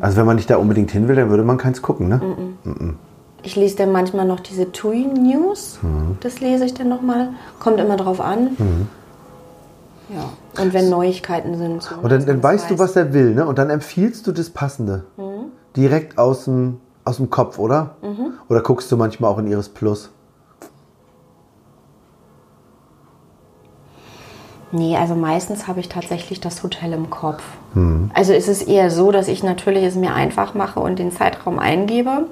Also wenn man nicht da unbedingt hin will, dann würde man keins gucken, ne?
Hm. Ich lese dann manchmal noch diese TUI News.
Mhm.
Das lese ich dann nochmal. Kommt immer drauf an. Ja. Und wenn Neuigkeiten sind. So
Und dann,
dass
dann
man das
weißt du, was er will, ne? Und dann empfiehlst du das Passende.
Mhm.
Direkt aus dem, aus dem Kopf, oder? Oder guckst du manchmal auch in ihres Plus?
Nee, also meistens habe ich tatsächlich das Hotel im Kopf.
Hm.
Also ist es eher so, dass ich natürlich es mir einfach mache und den Zeitraum eingebe.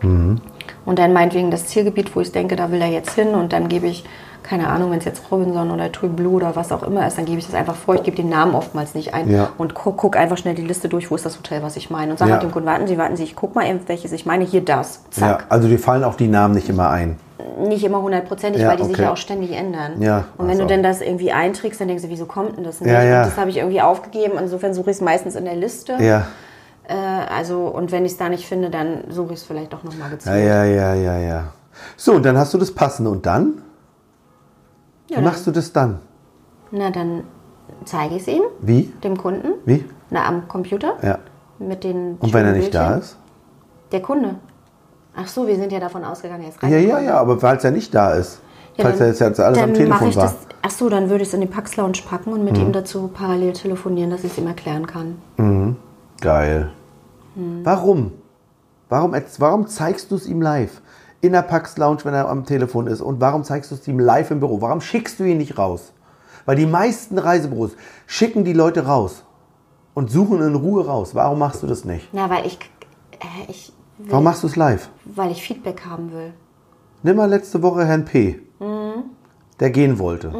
Hm.
Und dann meinetwegen das Zielgebiet, wo ich denke, da will er jetzt hin. Und dann gebe ich, keine Ahnung, wenn es jetzt Robinson oder Tui Blue oder was auch immer ist, dann gebe ich das einfach vor. Ich gebe den Namen oftmals nicht ein
Ja.
und gucke guck einfach schnell die Liste durch, wo ist das Hotel, was ich meine. Und sage
Ja.
halt dem Kunden, warten Sie, warten Sie, ich gucke mal eben, welches ich meine. Hier das. Zack
Ja, also dir fallen auch die Namen nicht immer ein.
nicht immer hundertprozentig,
Ja,
weil die sich
okay.
ja auch ständig ändern.
Ja,
und wenn
ach so.
du denn das irgendwie einträgst, dann denkst du, wieso kommt denn das nicht?
Ja, ja.
Und das habe ich irgendwie aufgegeben. Insofern suche ich es meistens in der Liste.
Ja,
Äh, also, und wenn ich es da nicht finde, dann suche ich es vielleicht auch nochmal
ja,
gezielt.
ja, ja, ja, ja. So, und dann hast du das Passende. Und dann? Wie
dann-
machst du das dann?
Na, dann zeige ich es ihm,
Wie?
dem Kunden.
Wie?
Na, am Computer.
Ja.
Mit den
Und wenn er
schönen
nicht da
Bildchen.
ist?
Der Kunde. Ach so, wir sind ja davon ausgegangen, er ist
Ja, ja,
reingekommen.
ja, aber falls er nicht da ist. falls er jetzt jetzt alles am
dann mache
Telefon
ich
war. Mhm.
Das, ach so, dann würde ich es in die Pax Lounge packen und mit ihm dazu parallel telefonieren, dass ich es ihm erklären kann.
Geil.
Hm.
Warum? Warum, erz- warum zeigst du es ihm live? In der Pax Lounge, wenn er am Telefon ist. Und warum zeigst du es ihm live im Büro? Warum schickst du ihn nicht raus? Weil die meisten Reisebüros schicken die Leute raus und suchen in Ruhe raus. Warum machst du das nicht?
Na, weil ich, äh, ich
Warum machst du es live?
weil ich Feedback haben will.
Nimm mal letzte Woche Herrn P.,
Mhm.
der gehen wollte.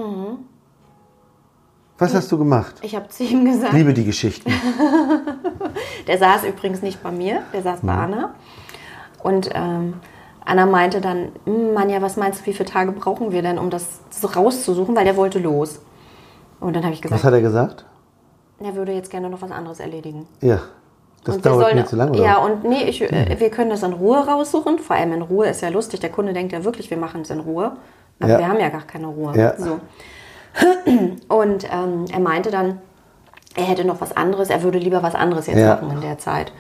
Was hast du gemacht?
Ich habe zu ihm gesagt,
Liebe die Geschichten.
der saß übrigens nicht bei mir, der saß
Hm.
bei Anna. Und ähm, Anna meinte dann, "Hm, Manja, was meinst du, wie viele Tage brauchen wir denn, um das so rauszusuchen, weil der wollte los. Und dann habe ich gesagt,
Was hat er gesagt?
er würde jetzt gerne noch was anderes erledigen.
Ja. Das
Und wir
dauert
sollen-
mir zu lange. oder? Hm.
Ja, und nee, ich, äh, wir können das in Ruhe raussuchen. Vor allem in Ruhe ist ja lustig. Der Kunde denkt ja wirklich, wir machen es in Ruhe. Aber
Ja.
wir haben ja gar keine Ruhe.
Ja.
So. Und ähm, er meinte dann, er hätte noch was anderes, er würde lieber was anderes jetzt
Ja.
machen in der Zeit.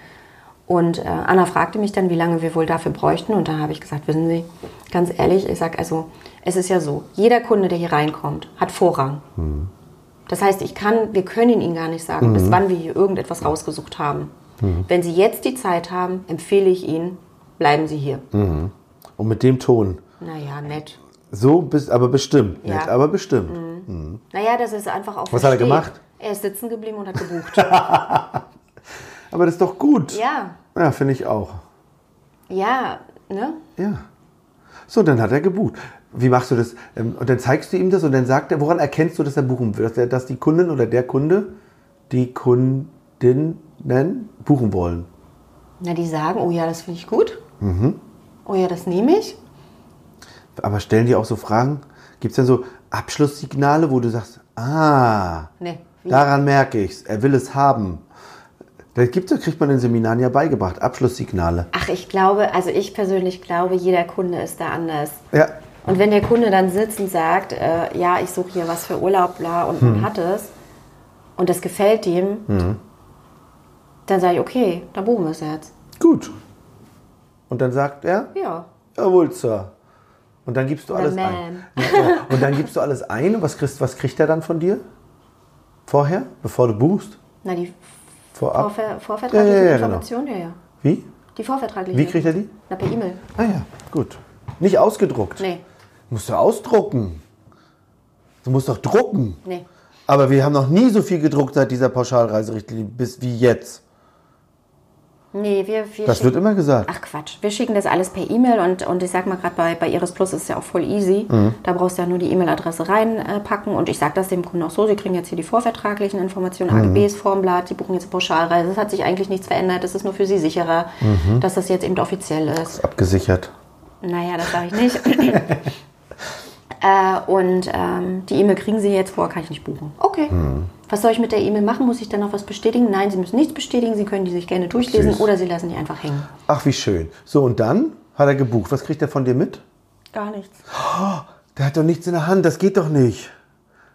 Und äh, Anna fragte mich dann, wie lange wir wohl dafür bräuchten. Und dann habe ich gesagt, wissen Sie, ganz ehrlich, ich sage also, es ist ja so, jeder Kunde, der hier reinkommt, hat Vorrang.
Hm.
Das heißt, ich kann, wir können Ihnen gar nicht sagen, bis wann wir hier irgendetwas rausgesucht haben.
Hm.
Wenn Sie jetzt die Zeit haben, empfehle ich Ihnen, bleiben Sie hier.
Hm. Und mit dem Ton.
Naja, nett.
So, bis, aber bestimmt.
Ja. Mhm.
Nett, aber bestimmt.
Naja, das ist einfach auch.
Was hat er gemacht?
Er ist sitzen geblieben und hat gebucht.
Aber das ist doch gut.
ja,
Ja, finde ich auch.
ja, ne?
Ja. So, dann hat er gebucht. Wie machst du das? Ähm, Und dann zeigst du ihm das und dann sagt er, woran erkennst du, dass er buchen will? Dass, er, dass die Kundin oder der Kunde die Kundinnen buchen wollen.
Na, die sagen, oh ja, das finde ich gut. Oh ja, das nehme ich.
Aber stellen die auch so Fragen? Gibt es denn so Abschlusssignale, wo du sagst, ah,
Nee, wie?
daran merke ich's, er will es haben. Das gibt's, das kriegt man in Seminaren ja beigebracht, Abschlusssignale.
Ach, ich glaube, also ich persönlich glaube, jeder Kunde ist da anders.
Ja,
Und wenn der Kunde dann sitzt und sagt, äh, ja, ich suche hier was für Urlaub, bla, und
Mhm.
man hat es, und das gefällt dem, dann sage ich, okay, dann buchen wir es jetzt.
gut. Und dann sagt er,
Ja.
Jawohl, Sir. Und dann gibst du
Oder
alles
ma'am.
ein. Ja, Und dann gibst du alles ein. Und was kriegst, was kriegt er dann von dir? Vorher? Bevor du buchst?
Na, die
Vorab?
Vorver vorvertragliche
Ja, ja, ja, genau.
Information, ja, ja.
Wie?
Die vorvertragliche.
Wie kriegt er die?
Na, per E-Mail.
Ah ja, gut. Nicht ausgedruckt.
Nee,
Musst du ausdrucken. Du musst doch drucken.
nee.
Aber wir haben noch nie so viel gedruckt seit dieser Pauschalreiserichtlinie bis wie jetzt.
Nee, wir, wir
Das
schicken-
wird immer gesagt.
Ach Quatsch, wir schicken das alles per E-Mail und, und ich sag mal gerade bei, bei Iris Plus ist es ja auch voll easy. Da brauchst du ja nur die E-Mail-Adresse reinpacken äh, packen und ich sag das dem Kunden auch so, sie kriegen jetzt hier die vorvertraglichen Informationen, AGBs, Formblatt, sie buchen jetzt eine Pauschalreise. Es hat sich eigentlich nichts verändert, es ist nur für sie sicherer, dass das jetzt eben offiziell ist.
Abgesichert.
Naja, das sage ich nicht. äh, und ähm, die E-Mail kriegen sie jetzt, vorher kann ich nicht buchen. Okay. Was soll ich mit der E-Mail machen? Muss ich dann noch was bestätigen? Nein, Sie müssen nichts bestätigen. Sie können die sich gerne durchlesen
Süß.
oder Sie lassen die einfach hängen.
Ach, wie schön. So, und dann hat er gebucht. Was kriegt er von dir mit?
Gar nichts.
Der hat doch nichts in der Hand, das geht doch nicht.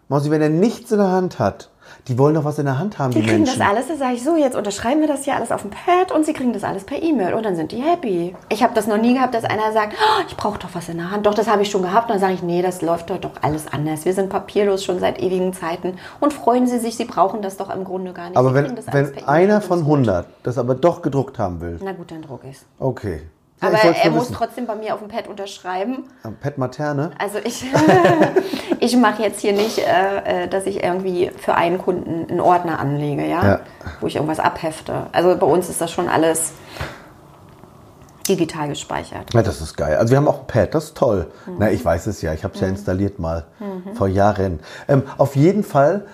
Mausi, wenn er nichts in der Hand hat, die wollen doch was in der Hand haben, die,
Die kriegen
Menschen.
das alles, da sage ich so, jetzt unterschreiben wir das hier alles auf dem Pad und sie kriegen das alles per E-Mail und dann sind die happy.
Ich habe das noch nie gehabt, dass einer sagt, oh, ich brauche doch was in der Hand. Doch, das habe ich schon gehabt. Und dann sage ich, nee, das läuft heute doch alles anders. Wir sind papierlos schon seit ewigen Zeiten. Und freuen Sie sich, Sie brauchen das doch im Grunde gar nicht.
aber
Sie
wenn,
kriegen das alles
wenn
per E-Mail.
einer von 100 das aber doch gedruckt haben will,
Na gut, dann druck ich's.
okay. Ja,
Aber
ich wollt's
er
nur
muss
wissen.
trotzdem bei mir auf dem Pad unterschreiben.
Pat Materne?
Also ich, ich mache jetzt hier nicht, äh, äh, dass ich irgendwie für einen Kunden einen Ordner anlege, ja?
Ja.
wo ich irgendwas abhefte. Also bei uns ist das schon alles digital gespeichert.
Ja, das ist geil. Also wir haben auch ein Pad, das ist toll.
Mhm.
Na, ich weiß es ja, ich habe es ja installiert mal vor Jahren. Ähm, auf jeden Fall,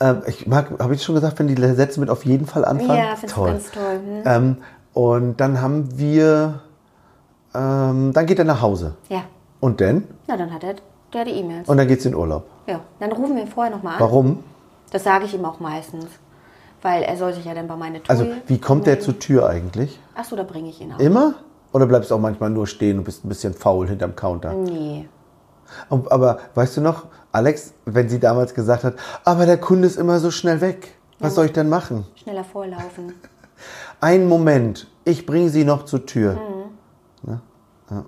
ähm, ich mag, habe ich schon gesagt, wenn die Sätze mit auf jeden Fall anfangen?
Ja, findest du ganz toll, hm.
Ähm, und dann haben wir, ähm, dann geht er nach Hause.
Ja,
Und dann?
na dann hat er der die E-Mails.
Und dann geht's in Urlaub.
Ja, dann rufen wir ihn vorher nochmal an.
Warum?
Das sage ich ihm auch meistens. Weil er soll sich ja dann bei meine Tour.
Also, wie kommt der zur Tür eigentlich?
Achso, da bringe ich ihn auch.
Immer? Oder bleibst du auch manchmal nur stehen und bist ein bisschen faul hinterm
Mhm.
Counter?
Nee.
Und, aber weißt du noch, Alex, wenn sie damals gesagt hat, aber der Kunde ist immer so schnell weg. Was soll ich denn machen?
Schneller vorlaufen.
Einen Moment, ich bringe sie noch zur Tür.
Mhm.
Ne? Ja.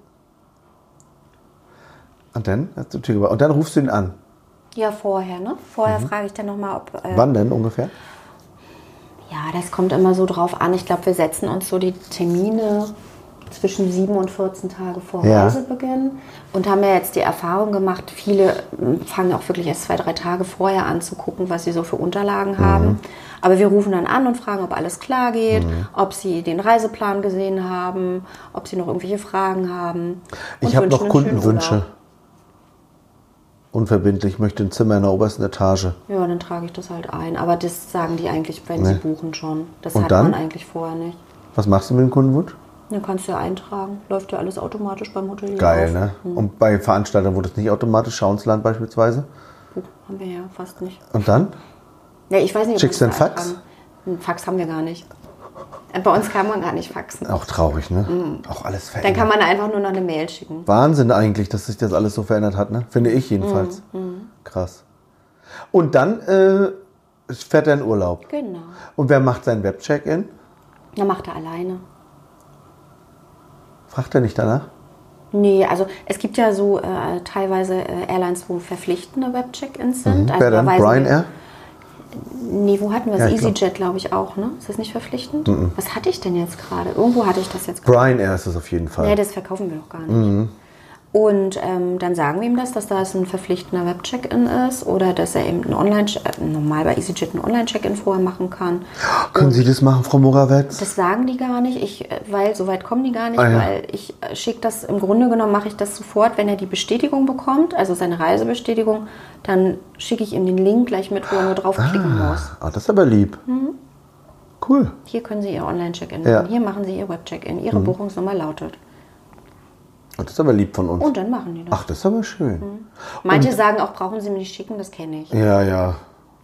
Und dann hast du die Tür gebracht. Und dann rufst du ihn an.
Ja, vorher, ne? Vorher frage ich dann nochmal, ob. Äh,
Wann denn ungefähr?
Ja, das kommt immer so drauf an. Ich glaube, wir setzen uns so die Termine zwischen 7 und 14 Tage vor
Ja.
Reisebeginn und haben ja jetzt die Erfahrung gemacht, viele ähm, fangen auch wirklich erst zwei, drei Tage vorher an zu gucken, was sie so für
Mhm.
Unterlagen haben. Aber wir rufen dann an und fragen, ob alles klar geht,
Mhm.
ob sie den Reiseplan gesehen haben, ob sie noch irgendwelche Fragen haben. und
Ich habe
wünschen
noch
einen schönen
Kundenwünsche.
Urlaub.
Unverbindlich, ich möchte ein Zimmer in der obersten Etage.
Ja, dann trage ich das halt ein. Aber das sagen die eigentlich, wenn sie
Nee.
buchen schon. Das
Ne. Und
hat
dann?
man eigentlich vorher nicht.
Was machst du mit dem Kundenwunsch?
Dann kannst du ja eintragen. Läuft ja alles automatisch beim Hotel.
ne?
Hm.
Geil, ne? Und bei Veranstaltern wurde es nicht automatisch, Schauensland beispielsweise.
Buch haben wir ja fast nicht.
Und dann?
Nee, ich weiß nicht, ob
Schickst
wir
du
das
einen Fax?
haben. Einen Fax haben wir gar nicht. Äh, Bei uns kann man gar nicht faxen.
Auch traurig, ne? Auch alles verändert.
Hm. Dann kann man einfach nur noch eine Mail schicken.
Wahnsinn eigentlich, dass sich das alles so verändert hat, ne? Finde ich jedenfalls.
Hm,
Krass. Und dann äh, fährt er in Urlaub.
Genau.
Und wer macht seinen Webcheck-In?
Dann macht er alleine.
Fragt er nicht danach?
Nee, also es gibt ja so äh, teilweise äh, Airlines, wo verpflichtende Webcheck-ins sind. Also
Mhm. wer
da
dann?
weisen
Brian
wir-
Air?
Nee, wo hatten wir es?
Ja, Mhm. ich glaub-
EasyJet, glaube ich, auch, ne? Ist das nicht verpflichtend? Was hatte ich denn jetzt gerade? Irgendwo hatte ich das jetzt gerade.
Brian Air ist es auf jeden Fall.
Nee, das verkaufen wir doch gar nicht.
Mhm.
Und ähm, dann sagen wir ihm das, dass da es ein verpflichtender Webcheck-in ist oder dass er eben ein Online, äh, normal bei EasyJet ein Online-Check-in vorher machen kann.
Können Sie das machen, Frau Morawetz?
Das sagen die gar nicht, ich, äh, weil so weit kommen die gar nicht,
Ah, ja.
weil ich schicke das, im Grunde genommen mache ich das sofort, wenn er die Bestätigung bekommt, also seine Reisebestätigung, dann schicke ich ihm den Link gleich mit, wo er nur draufklicken muss.
Ah, das ist aber lieb.
Mhm.
Cool.
Hier können Sie Ihr Online-Check-In
Ja. Mhm.
machen, hier machen Sie Ihr Web-Check-In, Ihre Buchungsnummer lautet.
Ah, Das ist aber lieb von uns.
Und Mhm. dann machen die das.
Ach, das ist aber schön.
Manche sagen auch, brauchen Sie mir nicht schicken, das kenne ich.
Ja, ja.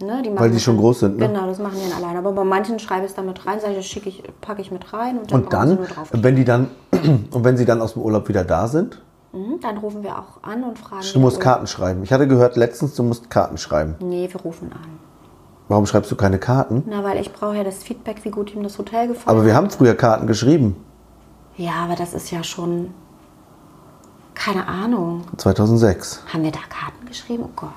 Ne, die machen
Weil die
das
schon
dann-
groß sind, ne?
Genau, das machen die dann alleine. Aber bei manchen schreibe ich es dann mit rein, sage ich, das schicke ich, packe ich mit rein und dann,
Und
brauchen sie
dann,
nur drauf.
wenn die dann, und wenn sie dann aus dem Urlaub wieder da sind,
Mhm, dann rufen wir auch an und fragen.
du musst
oh,
Karten schreiben. Ich hatte gehört letztens, du musst Karten schreiben.
Nee, wir rufen an.
Warum schreibst du keine Karten?
Na, weil ich brauche ja das Feedback, wie gut ihm das Hotel gefallen
Aber wir haben früher Karten geschrieben.
Ja, aber das ist ja schon. Keine Ahnung.
2006.
Haben wir da Karten geschrieben? Oh Gott.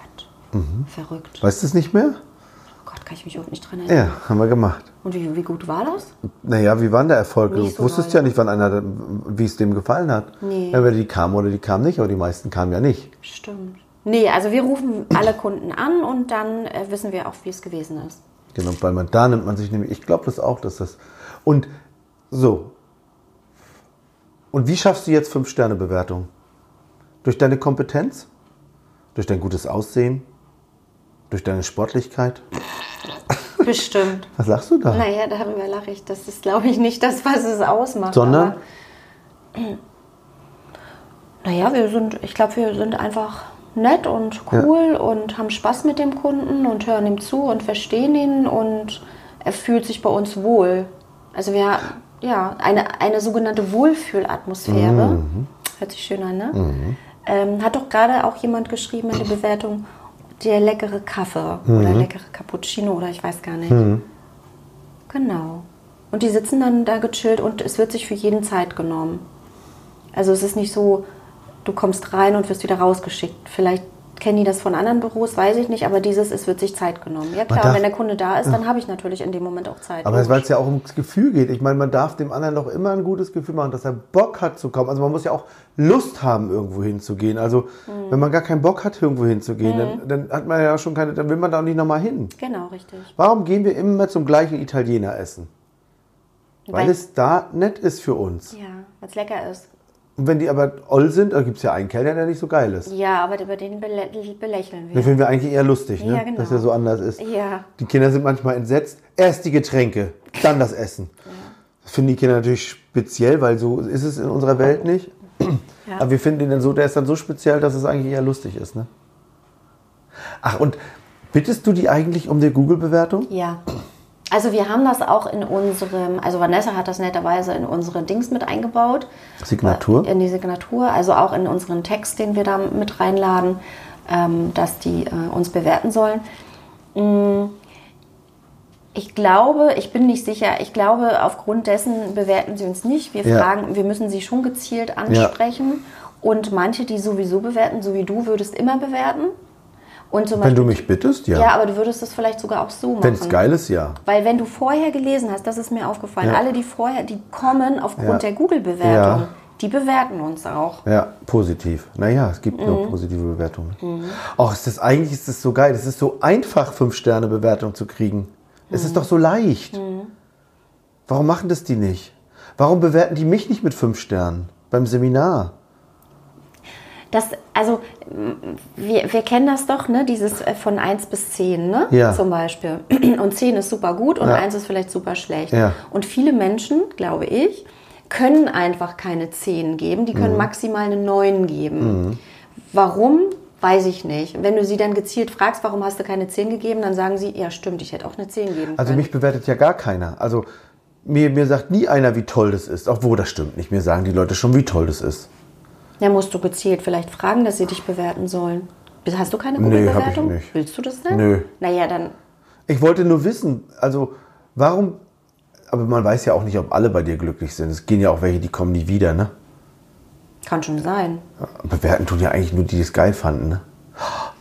Verrückt.
Weißt du es nicht mehr?
Oh Gott, kann ich mich auch nicht dran erinnern.
Mhm. Ja, haben wir gemacht.
Und wie, wie gut war das?
Naja, wie waren der Erfolg? Du
Nicht so
wusstest ja
doll.
nicht, wann einer, wie es dem gefallen hat.
Nee.
Entweder die kamen oder die kamen nicht, aber die meisten kamen ja nicht.
Stimmt. Nee, also wir rufen alle Kunden an und dann äh, wissen wir auch, wie es gewesen ist.
Genau, weil man da nimmt man sich nämlich, ich glaube das auch, dass das. Und so. Und wie schaffst du jetzt Fünf-Sterne-Bewertung? Durch deine Kompetenz? Durch dein gutes Aussehen? Durch deine Sportlichkeit?
Bestimmt.
Was sagst du da?
Naja, darüber lache ich. Das ist, glaube ich, nicht das, was es ausmacht.
Sondern?
Aber, naja, wir sind, ich glaube, wir sind einfach nett und cool und haben Spaß mit dem Kunden und hören ihm zu und verstehen ihn und er fühlt sich bei uns wohl. Also wir, ja, eine, eine sogenannte Wohlfühlatmosphäre. Hört sich schön an, ne? Ähm, hat doch gerade auch jemand geschrieben in der Bewertung, der leckere Kaffee oder leckere Cappuccino oder ich weiß gar nicht. Genau. Und die sitzen dann da gechillt und es wird sich für jeden Zeit genommen. Also es ist nicht so, du kommst rein und wirst wieder rausgeschickt. Vielleicht kennen die das von anderen Büros, weiß ich nicht, aber dieses, es wird sich Zeit genommen. Ja klar,
darf-
und wenn der Kunde da ist, dann habe ich natürlich in dem Moment auch Zeit.
Aber es- weil
Logisch.
es ja auch ums Gefühl geht. Ich meine, man darf dem anderen doch immer ein gutes Gefühl machen, dass er Bock hat zu kommen. Also man muss ja auch Lust haben, irgendwo hinzugehen. Also wenn man gar keinen Bock hat, irgendwo hinzugehen, dann, dann hat man ja schon keine, dann will man da auch nicht nochmal hin.
Genau, richtig.
Warum gehen wir immer zum gleichen Italiener essen? Weil,
Weil-
es da nett ist für uns.
Ja, weil es lecker ist.
Und wenn die aber oll sind, da gibt es ja einen Kellner, der nicht so geil ist.
Ja, aber über den belä belächeln
Den
wir.
finden wir eigentlich eher lustig, ne?
Ja, genau.
dass er so anders ist.
Ja.
Die Kinder sind manchmal entsetzt. Erst die Getränke, dann das Essen. Das finden die Kinder natürlich speziell, weil so ist es in unserer Welt nicht.
Ja.
Aber wir finden ihn dann so, der ist dann so speziell, dass es eigentlich eher lustig ist. Ne? Ach, und bittest du die eigentlich um die Google-Bewertung?
Ja. Also wir haben das auch in unserem, also Vanessa hat das netterweise in unsere Dings mit eingebaut.
Signatur?
In die Signatur, also auch in unseren Text, den wir da mit reinladen, ähm, dass die äh, uns bewerten sollen. Mm, Ich glaube, ich bin nicht sicher, ich glaube, aufgrund dessen bewerten sie uns nicht. Wir
Ja.
fragen, wir müssen sie schon gezielt ansprechen. Und manche, die sowieso bewerten, so wie du, würdest immer bewerten. Und zum
Wenn du
Beispiel-
mich bittest, ja.
ja, aber du würdest das vielleicht sogar auch so machen.
Wenn es geil ist, ja.
Weil wenn du vorher gelesen hast, das ist mir aufgefallen,
Ja.
alle, die vorher, die kommen aufgrund
Ja.
der Google-Bewertung,
Ja.
die bewerten uns auch.
Ja, positiv. Naja, es gibt nur positive Bewertungen. Oh, ist das, eigentlich ist das so geil. Es ist so einfach, Fünf-Sterne-Bewertung zu kriegen. Es ist doch so leicht. Warum machen das die nicht? Warum bewerten die mich nicht mit fünf Sternen beim Seminar?
Das, also, m, wir, wir kennen das doch, ne? Dieses äh, von 1 bis 10, ne?
Ja.
Zum Beispiel. Und 10 ist super gut und
Ja.
1 ist vielleicht super schlecht.
Ja.
Und viele Menschen, glaube ich,
Mhm.
können einfach keine 10 geben, die können maximal eine 9 geben. Warum? Weiß ich nicht. Wenn du sie dann gezielt fragst, warum hast du keine 10 gegeben, dann sagen sie, ja stimmt, ich hätte auch eine 10 geben können.
Also mich bewertet ja gar keiner. Also mir, mir sagt nie einer, wie toll das ist. Obwohl, das stimmt nicht. Mir sagen die Leute schon, wie toll das ist.
ja, musst du gezielt vielleicht fragen, dass sie dich bewerten sollen. Bist- Hast du keine
Nee, hab ich
Google-Bewertung?
nicht.
Willst du das denn?
Nö.
Naja, dann
Ich wollte nur wissen, also warum, aber man weiß ja auch nicht, ob alle bei dir glücklich sind. Es gehen ja auch welche, die kommen nie wieder, ne?
kann schon sein.
Bewerten tun ja eigentlich nur die, die es geil fanden, ne?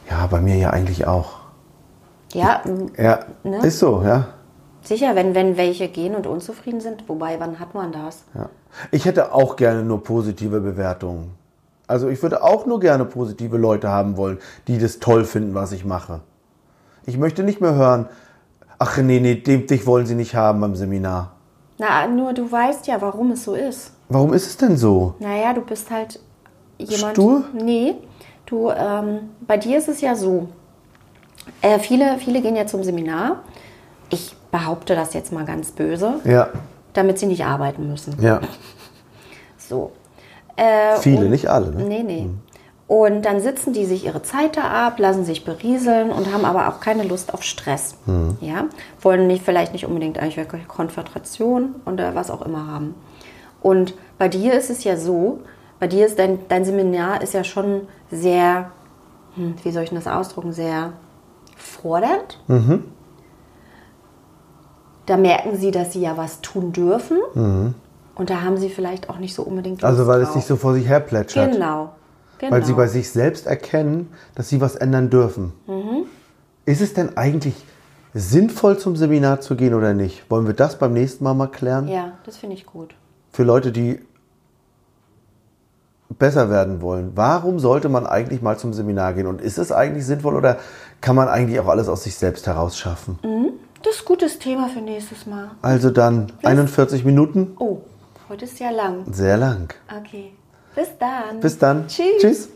Ja, bei mir ja eigentlich auch.
Ja, m,
Ja,
Ne?
ist so, ja.
sicher, wenn, wenn welche gehen und unzufrieden sind. Wobei, wann hat man das?
ja. Ich hätte auch gerne nur positive Bewertungen. Also ich würde auch nur gerne positive Leute haben wollen, die das toll finden, was ich mache. Ich möchte nicht mehr hören, ach nee, nee, dem, dich wollen sie nicht haben beim Seminar.
Na, nur du weißt ja, warum es so ist.
Warum ist es denn so?
Naja, du bist halt jemand.
Stur?
Nee, du, ähm, bei dir ist es ja so. Äh, viele, viele gehen ja zum Seminar. Ich behaupte das jetzt mal ganz böse,
Ja,
damit sie nicht arbeiten müssen.
ja.
So. Äh,
Viele,
und-
nicht alle, ne?
Nee, nee. Und dann sitzen die sich ihre Zeit da ab, lassen sich berieseln und haben aber auch keine Lust auf Stress.
Hm.
Ja? Wollen nicht, vielleicht nicht unbedingt eigentlich wirklich Konfrontation oder was auch immer haben. Und bei dir ist es ja so, bei dir ist dein, dein Seminar ist ja schon sehr, hm, wie soll ich denn das ausdrücken, sehr fordernd.
Mhm.
Da merken sie, dass sie ja was tun dürfen. Und da haben sie vielleicht auch nicht so unbedingt Lust
Mhm. Also weil es
drauf.
sich so vor sich her plätschert.
Genau. genau.
Weil sie bei sich selbst erkennen, dass sie was ändern dürfen.
Mhm.
Ist es denn eigentlich sinnvoll, zum Seminar zu gehen oder nicht? Wollen wir das beim nächsten Mal mal klären?
ja, das finde ich gut.
Für Leute, die besser werden wollen. Warum sollte man eigentlich mal zum Seminar gehen? Und ist es eigentlich sinnvoll oder kann man eigentlich auch alles aus sich selbst heraus schaffen?
Mhm. Das ist ein gutes Thema für nächstes Mal.
Also dann 41 Minuten,
Oh, heute ist ja lang.
sehr lang.
Okay. Bis dann.
Bis dann.
Tschüss.
Tschüss.